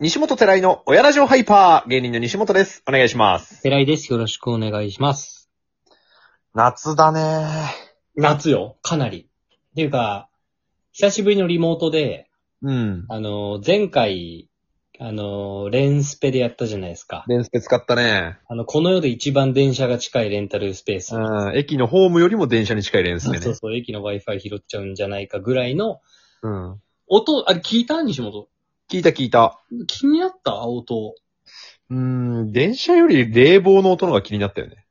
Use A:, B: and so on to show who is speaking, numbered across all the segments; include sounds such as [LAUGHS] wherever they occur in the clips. A: 西本寺井の親ラジオハイパー、芸人の西本です。お願いします。
B: ペライです。よろしくお願いします。
A: 夏だね
B: 夏よかなり。っていうか、久しぶりのリモートで、
A: うん。
B: あの、前回、あの、レンスペでやったじゃないですか。
A: レンスペ使ったね。
B: あの、この世で一番電車が近いレンタルスペース。
A: うん。駅のホームよりも電車に近いレンスペ
B: そう
A: ね。
B: そう、駅の Wi-Fi 拾っちゃうんじゃないかぐらいの、
A: うん。
B: 音、あれ聞いた西本。
A: 聞いた聞いた。
B: 気になった音。 [LAUGHS]
A: うーん、電車より冷房の音の方が気になったよね。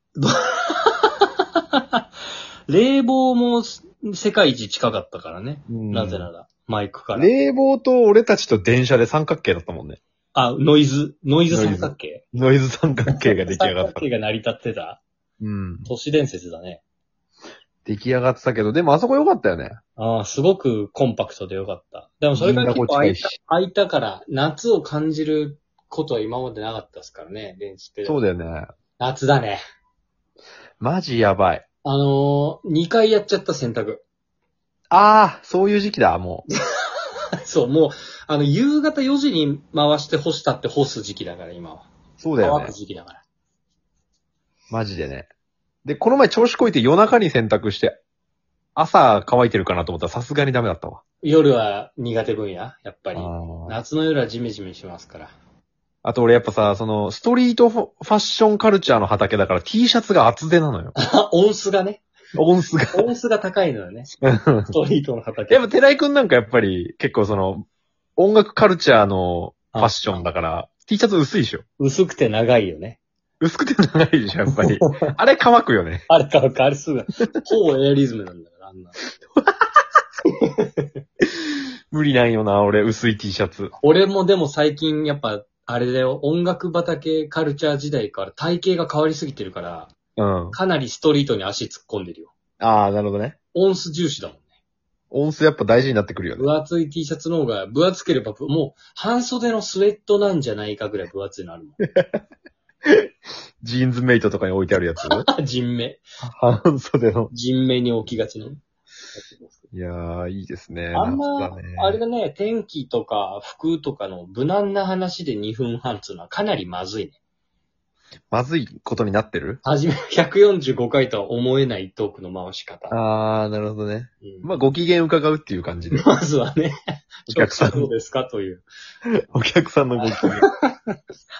B: 冷房も世界一近かったからね。
A: うん
B: なぜなら、マイクから。
A: 冷房と俺たちと電車で三角形だったもんね。
B: あ、ノイズ、ノイズ三角形。
A: ノイズ三角形が出来上がっ
B: [LAUGHS]
A: た。
B: 三角形が成り立ってた。
A: うん。
B: 都市伝説だね。
A: 出来上がってたけど、でもあそこ良かったよね。
B: ああ、すごくコンパクトでよかった。でもそれが結構空
A: 銀
B: い
A: だ
B: た
A: こ近いし
B: 空いたから、夏を感じることは今までなかったですからね、電池って。
A: そうだよね。
B: 夏だね。
A: マジやばい。
B: あのー、2回やっちゃった洗濯。
A: ああ、そういう時期だ、もう。
B: [LAUGHS] そう、もう、あの、夕方4時に回して干したって干す時期だから、今は。
A: そうだよ
B: 乾
A: ね
B: く。時期だから。
A: マジでね。で、この前調子こいて夜中に洗濯して、朝乾いてるかなと思ったらさすがにダメだったわ。
B: 夜は苦手分野、やっぱり。
A: あー
B: 夏の夜はジメジメしますから。
A: あと俺やっぱさ、その、ストリートファファッションカルチャーの畑だから T シャツが厚手な [LAUGHS] のよ。
B: あ、音数がね。
A: 音数 [LAUGHS] が。
B: 音数が高いのよね。ストリートの畑。
A: やっぱ寺井くんなんかやっぱり結構その、音楽カルチャーのファッションだから、T シャツ薄いでしょ
B: 薄くて長いよね。
A: 薄くて長いでしょ、やっぱ [LAUGHS] り。あれ乾くよね。
B: [LAUGHS] あれかわかあれすぐ。ほぼエアリズムなんだから、あんな。
A: 無理ないよな、俺、薄い T シャツ。
B: 俺もでも最近やっぱ、あれだよ、音楽畑カルチャー時代から体型が変わりすぎてるから、
A: うん。
B: かなりストリートに足突っ込んでるよ。
A: ああ、なるほどね。
B: オンス重視だもんね。
A: 音数やっぱ大事になってくるよね。
B: 分厚い T シャツの方が、分厚ければ、もう、半袖のスウェットなんじゃないかぐらい分厚いのあるもん。
A: ジーンズメイトとかに置いてあるやつ。
B: あ [LAUGHS] 人目。
A: 半袖の。
B: 人目に置きがちの。
A: いやー、いいですね。
B: あんま
A: 夏だね、
B: あれだね、天気とか服とかの無難な話で2分半っていうのはかなりまずいね。
A: まずいことになってる
B: はじめ145回とは思えないトークの回し方。
A: あー、なるほどね。
B: うん
A: まあ、ご機嫌伺うっていう感じ
B: [LAUGHS]
A: で。
B: まずはね、
A: お客さん
B: [LAUGHS] どうですかという
A: お客さんのご機嫌。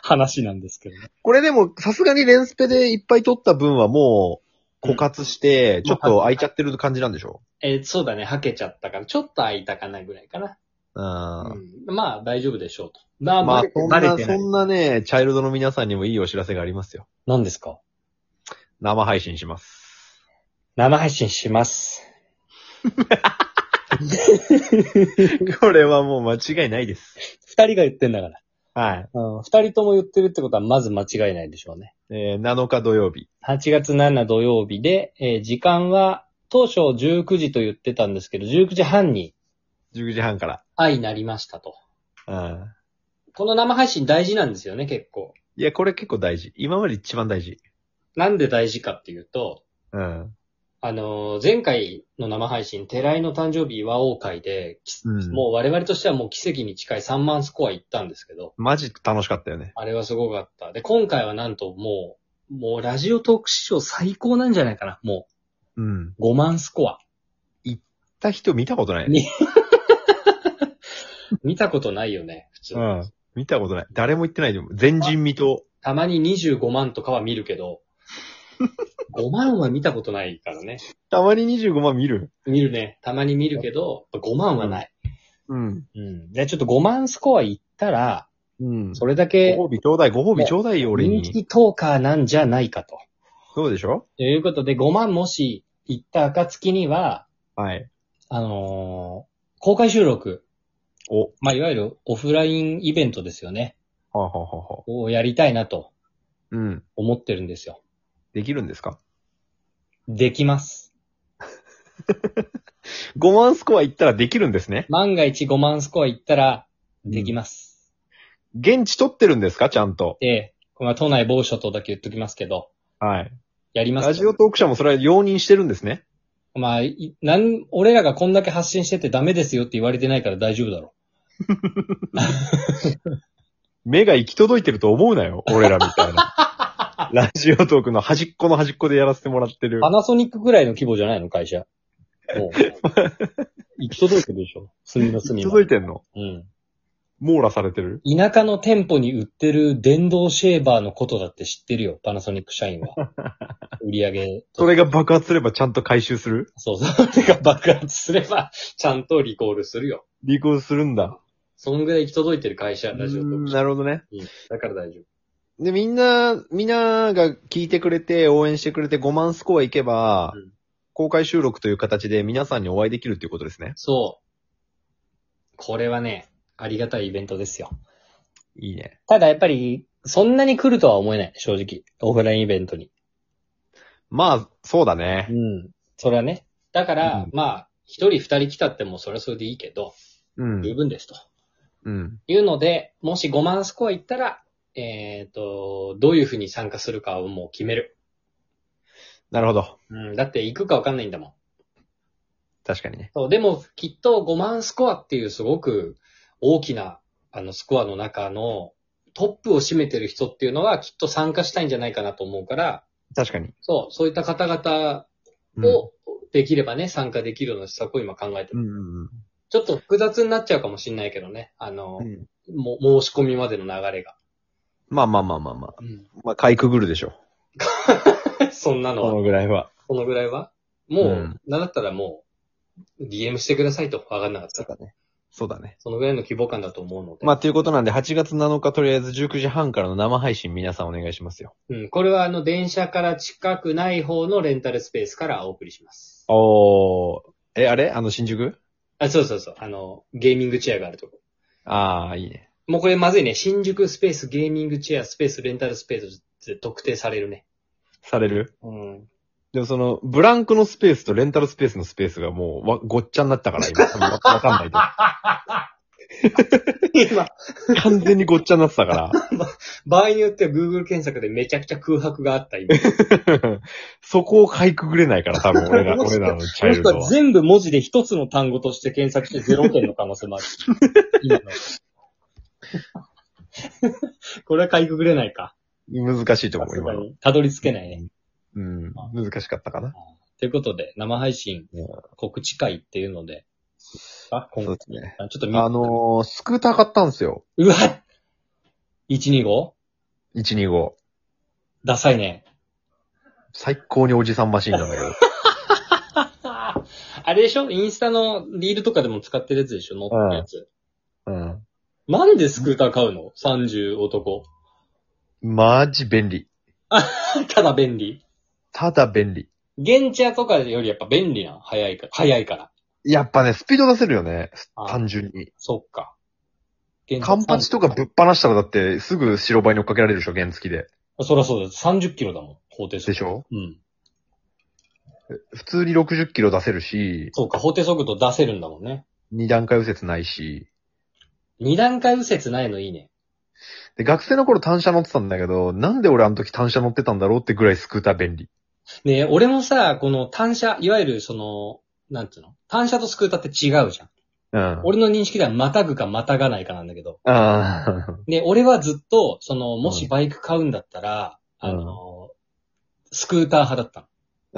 B: 話なんですけどね。
A: これでも、さすがにレンスペでいっぱい取った分はもう、枯渇して、ちょっと空いちゃってる感じなんでしょ
B: [LAUGHS] えーそうだね、はけちゃったから、ちょっと空いたかなぐらいかな。
A: うん。
B: うんまあ、大丈夫でしょうと。まあ、
A: まあ
B: バレ、て
A: そん
B: バレ
A: な、
B: て
A: そ
B: ない。
A: んなね、チャイルドの皆さんにもいいお知らせがありますよ。
B: 何ですか
A: 生配信し
B: [LAUGHS]
A: ます。
B: 生配信します。
A: これはもう間違いないです。
B: 二人が言ってんだから。
A: はい。
B: うん、二人とも言ってるってことは、まず間違いないでしょうね。
A: えー、7日土曜日。
B: 8月7土曜日で、えー時間は、当初19時と言ってたんですけど、19時半に
A: 19時半から。
B: 愛になりましたと。
A: うん。
B: この生配信大事なんですよね、結構。
A: いや、これ結構大事。今まで一番大事。
B: なんで大事かっていうと、
A: うん。
B: あのー、前回の生配信、寺井の誕生日和王会で、き
A: うん
B: もう我々としてはもう奇跡に近い3万スコア行ったんですけど、
A: マジ楽しかったよね。
B: あれはすごかった。で、今回はなんともう、もうラジオトーク史上最高なんじゃないかな。も
A: うん。
B: う5万スコア。
A: た人見たことない、
B: ね
A: ね。
B: 見たことないよね、普通。
A: うん。見たことない。誰も言ってないでも。前人未到。
B: たまに25万とかは見るけど、5万は見たことないからね。
A: たまに25万見る。
B: 見るね。たまに見るけど、5万はない。
A: うん。
B: うん。で、ちょっと5万スコア行ったら、
A: うん。
B: それだけ
A: ご褒美ちょうだい、ご褒美ちょうだいよ、俺に。
B: 人気トーカーなんじゃないかと。
A: そうでしょ
B: ということで、5万もし行った暁には、
A: はい。
B: あのー公開収録、
A: お。
B: まあ、いわゆるオフラインイベントですよね。
A: はあ、はあはあはあ、
B: をやりたいなと
A: うん。
B: 思ってるんですよ。
A: できるんですか
B: できます。
A: ?5 万スコア行ったらできるんですね。
B: 万が一5万スコア行ったら、できます。
A: 現地取ってるんですかちゃんと。
B: で、まあ、都内某所とだけ言っときますけど、
A: はい。
B: やります
A: ラ
B: よ
A: ジオトーク社もそれは容認してるんですね。
B: まあ、いなん、俺らがこんだけ発信しててダメですよって言われてないから大丈夫だろ
A: 目が行き届いてると思うなよ、俺らみたいな。 [LAUGHS] ラジオトークの端っこの端っこでやらせてもらってる
B: パ。ナソニックぐらいの規模じゃないの、
A: [LAUGHS]
B: 会社。もう。行き届いてるでしょ隅
A: 行
B: の隅
A: き
B: ま
A: 届
B: で
A: いてんの
B: うん。
A: 網羅されてる
B: 田舎の店舗に売ってる電動シェーバーのことだって知ってるよ、パナソニック社
A: [LAUGHS]
B: 員は。売り上げと。
A: それが爆発すればちゃんと回収する
B: そうそう。てか爆発すれば、ちゃんとリコールするよ。
A: 離婚するんだ。
B: そんぐらい行き届いてる会社、ラジオトーク社。
A: なるほどね。
B: だから大丈夫。
A: で、みんな、みんなが聞いてくれて、応援してくれて5万スコアいけば、
B: うん
A: 公開収録という形で皆さんにお会いできるっていうことですね。
B: そう。これはね、ありがたいイベントですよ。
A: いいね。
B: ただやっぱり、そんなに来るとは思えない、正直。オフラインイベントに。
A: まあ、そうだね。
B: うん。それはね。だから、
A: うん
B: まあ、一人二人来たってもうそれはそれでいいけど、
A: うん。
B: 十分ですと。
A: うん。
B: いうので、もし5万スコア行ったら、えっ、と、どういうふうに参加するかをもう決める。
A: なるほど。
B: うん。だって行くかわかんないんだもん。
A: 確かにね。
B: そう。でも、きっと5万スコアっていうすごく大きな、あの、スコアの中のトップを占めてる人っていうのはきっと参加したいんじゃないかなと思うから、
A: 確かに。
B: そう、そういった方々
A: うん
B: をできればね、参加できるような施策を今考えてる。
A: うんうん
B: ちょっと複雑になっちゃうかもしれないけどね。あの
A: う、ん。
B: も申し込みまでの流れが。
A: まあまあまあまあまあ。まあ、かいくぐるでしょ。
B: [LAUGHS] そんなの
A: こ
B: は、
A: のぐらいは。
B: このぐらいは。もう、
A: うん
B: なんだったらもう、DM してくださいと。わかんなかったら。
A: だね。そうだね。
B: そのぐらいの規模感だと思うので。
A: まあ、ということなんで、8月7日とりあえず19時半からの生配信皆さんお願いしますよ。
B: うん。これはあの、電車から近くない方のレンタルスペースからお送りします。
A: おー。え、あれあの、新宿
B: あ、そうそうそう。あの、ゲーミングチェアがあるとこ。
A: ああ、いいね。
B: もうこれまずいね。新宿スペース、ゲーミングチェア、スペース、レンタルスペースって特定されるね。
A: される
B: うん。
A: でもその、ブランクのスペースとレンタルスペースのスペースがもう、わ、ごっちゃになったから、今。多分わわかん [LAUGHS] ない
B: [LAUGHS]
A: け
B: 今、
A: ど。完全にごっちゃになってたか
B: 場合によっては Google 検索でめちゃくちゃ空白があった今。
A: ら。 [LAUGHS] そこをかいくぐれないから、多分俺 [LAUGHS] ら、俺らのチャイルド
B: もしくは
A: は。
B: 全部文字で一つの単語として検索して0件の可能性もある。今のこれはかいくぐれないか。
A: 難しいと思
B: さ
A: う、
B: す
A: 今
B: が
A: の。
B: にたどり着けないね。
A: うん。難しかったかな。
B: ということで、生配信
A: うん
B: 告知会っていうので。あ、今
A: そう
B: 後
A: で。すね。
B: あちょっと見、
A: あのー、スクーター買ったんですよ。
B: うわ 125?
A: 125。
B: ダサいね。
A: 最高におじさんマシンなんだけど。
B: [LAUGHS] あれでしょインスタのリールとかでも使ってるやつでしょ乗ってるやつ。
A: うん。
B: なんでスクーター買うの ?30 男。
A: マジ便利。
B: ただ便利。
A: ただ便利。
B: 現地屋とかよりやっぱ便利なの早いから。早いから。
A: やっぱね、スピード出せるよね。
B: あ
A: 単純に。
B: そっか。現
A: カンパチとかぶっ放したらだって、すぐ白バイに追っかけられるでしょ、原付きで。
B: そりゃそうだ。30キロだもん。法定速度。
A: でしょ
B: うん。
A: 普通に60キロ出せるし、
B: そうか。法定速度出せるんだもんね。
A: 二段階右折ないし。
B: 二段階右折ないのいいね。
A: で、学生の頃単車乗ってたんだけど、なんで俺あの時単車乗ってたんだろうってぐらいスクーター便利。
B: ねえ俺もさ、この単車、いわゆるその、なんていうの単車とスクーターって違うじゃん。
A: うん。
B: 俺の認識ではまたぐかまたがないかなんだけど。
A: [LAUGHS] あ
B: で、俺はずっと、その、もしバイク買うんだったら、
A: うん
B: あの、スクーター派だったの。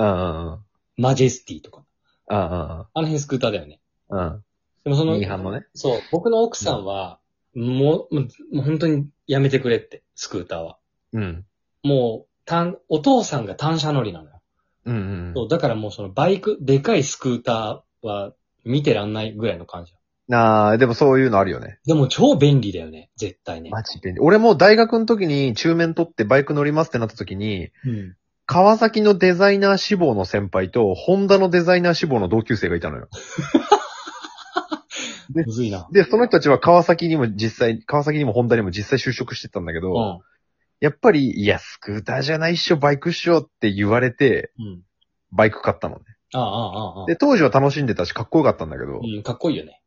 A: あ。うん。
B: マジェスティとか。
A: うん。
B: あの辺スクーターだよね。
A: うん。
B: でもそ
A: うん。
B: の、
A: ミーハンのね。
B: そう、僕の奥さんは、もう、もうもう本当にやめてくれって、スクーターは。
A: うん。
B: もう、単、お父さんが単車乗りなのよ。
A: うんうん
B: そう、だからもうそのバイク、でかいスクーターは見てらんないぐらいの感じ。
A: うん。ああ、でもそういうのあるよね。
B: でも超便利だよね、絶対ね。
A: マジ便利。俺も大学の時に中免取ってバイク乗りますってなった時に、
B: うん。
A: 川崎のデザイナー志望の先輩と、ホンダのデザイナー志望の同級生がいたのよ。
B: むずいな。
A: で、その人たちは川崎にも実際、川崎にもホンダにも実際就職してたんだけど、
B: うん。
A: やっぱり、いや、スクーターじゃないっしょ、バイクっしょって言われて、
B: うん。
A: バイク買ったのね。
B: ああ、ああ、ああ。
A: で、当時は楽しんでたし、かっこよかったんだけど、
B: うん、かっこいいよね。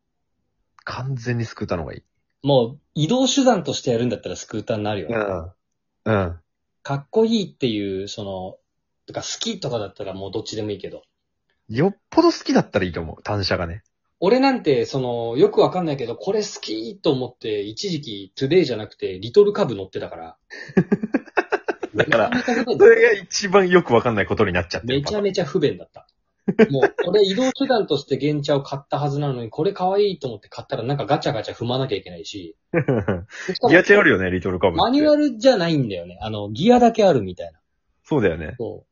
A: 完全にスクーターの方がいい。
B: もう、移動手段としてやるんだったらスクーターになるよね。
A: うん。うん。
B: かっこいいっていう、その、とか好きとかだったらもうどっちでもいいけど。
A: よっぽど好きだったらいいと思う、単車がね。
B: 俺なんて、その、よくわかんないけど、これ好きと思って、一時期、トゥデイじゃなくて、リトルカブ乗ってたから。
A: だから
B: めちゃめちゃ不便
A: それが一番よくわかんないことになっちゃってる
B: めちゃめちゃ不便だった。もう、俺移動手段として原茶を買ったはずなのに、これ可愛いと思って買ったらなんかガチャガチャ踏まなきゃいけないし。しかも
A: ギアチェンあるよね、リトルカブって。
B: マニュアルじゃないんだよね。あの、ギアだけあるみたいな。
A: そうだよね。
B: そ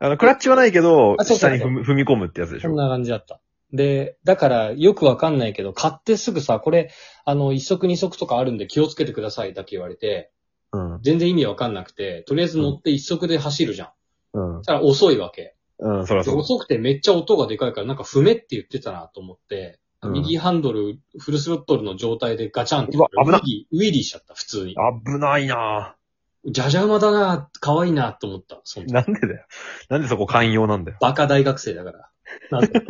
A: あの、クラッチはないけど、
B: あそうそう
A: 下に踏み踏み込むってやつで
B: う。
A: し
B: そん
A: ょ。
B: な感じだった。で、だからよくわかんないけど、買ってすぐさ、これ、あの、一足二足とかあるんで気をつけてくださいだけ言われて、
A: うん。
B: 全然意味わかんなくて、とりあえず乗って一足で走るじゃん。
A: うん
B: そし。たら遅いわけ。
A: うん、そら
B: で
A: そう。
B: 遅くてめっちゃ音がでかいから、なんか踏めって言ってたなと思って、
A: うん
B: 右ハンドル、フルスロットルの状態でガチャンって
A: うわ危な
B: ウィリー、ウィリーしちゃった、普通に。
A: 危ないな
B: じゃじゃ馬だな、可愛いなと思った、その
A: ぁ。
B: 時
A: なんでだよ。なんでそこ寛容なんだよ。
B: バカ大学生だから。なんだ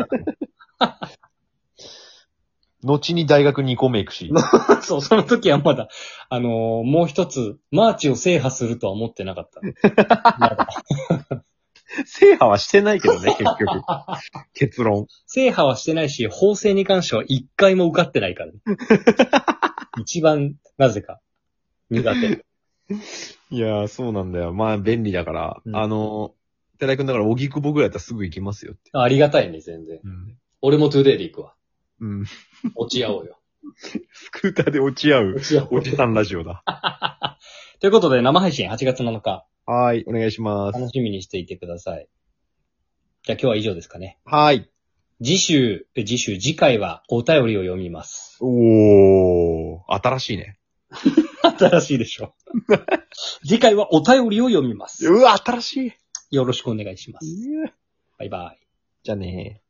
A: 後に大学2個目行くし。
B: [LAUGHS] そう、その時はまだ、あのーもう一つ、マーチを制覇するとは思ってなかった。 [LAUGHS] まだ
A: [LAUGHS] 制覇はしてないけど [LAUGHS] ね、結局。結論。
B: 制覇はしてないし、法制に関しては一回も受かってないから、ね。一番、なぜか、苦手。
A: いやー、そうなんだよ。まあ、便利だから。
B: うん
A: あの、寺井くんだから、荻窪ぐらいだったらすぐ行きますよって。
B: ありがたいね、全然。
A: うん。
B: 俺もトゥデイで行くわ。
A: うん。
B: 落ち合おうよ。
A: スクーターで落ち合う、
B: 落ち合お
A: お
B: う。
A: じさんラジオだ。
B: ということで、生配信8月7日、
A: はーい、お願いします。
B: 楽しみにしていてください。じゃあ今日は以上ですかね。
A: はーい。
B: 次週、え次週、次回はお便りを読みます。
A: おー、新しいね。
B: 新しいでしょ。次回はお便りを読みます。
A: うわ、新しい。
B: よろしくお願いします。
A: いや
B: バイバイ。
A: じゃあねー。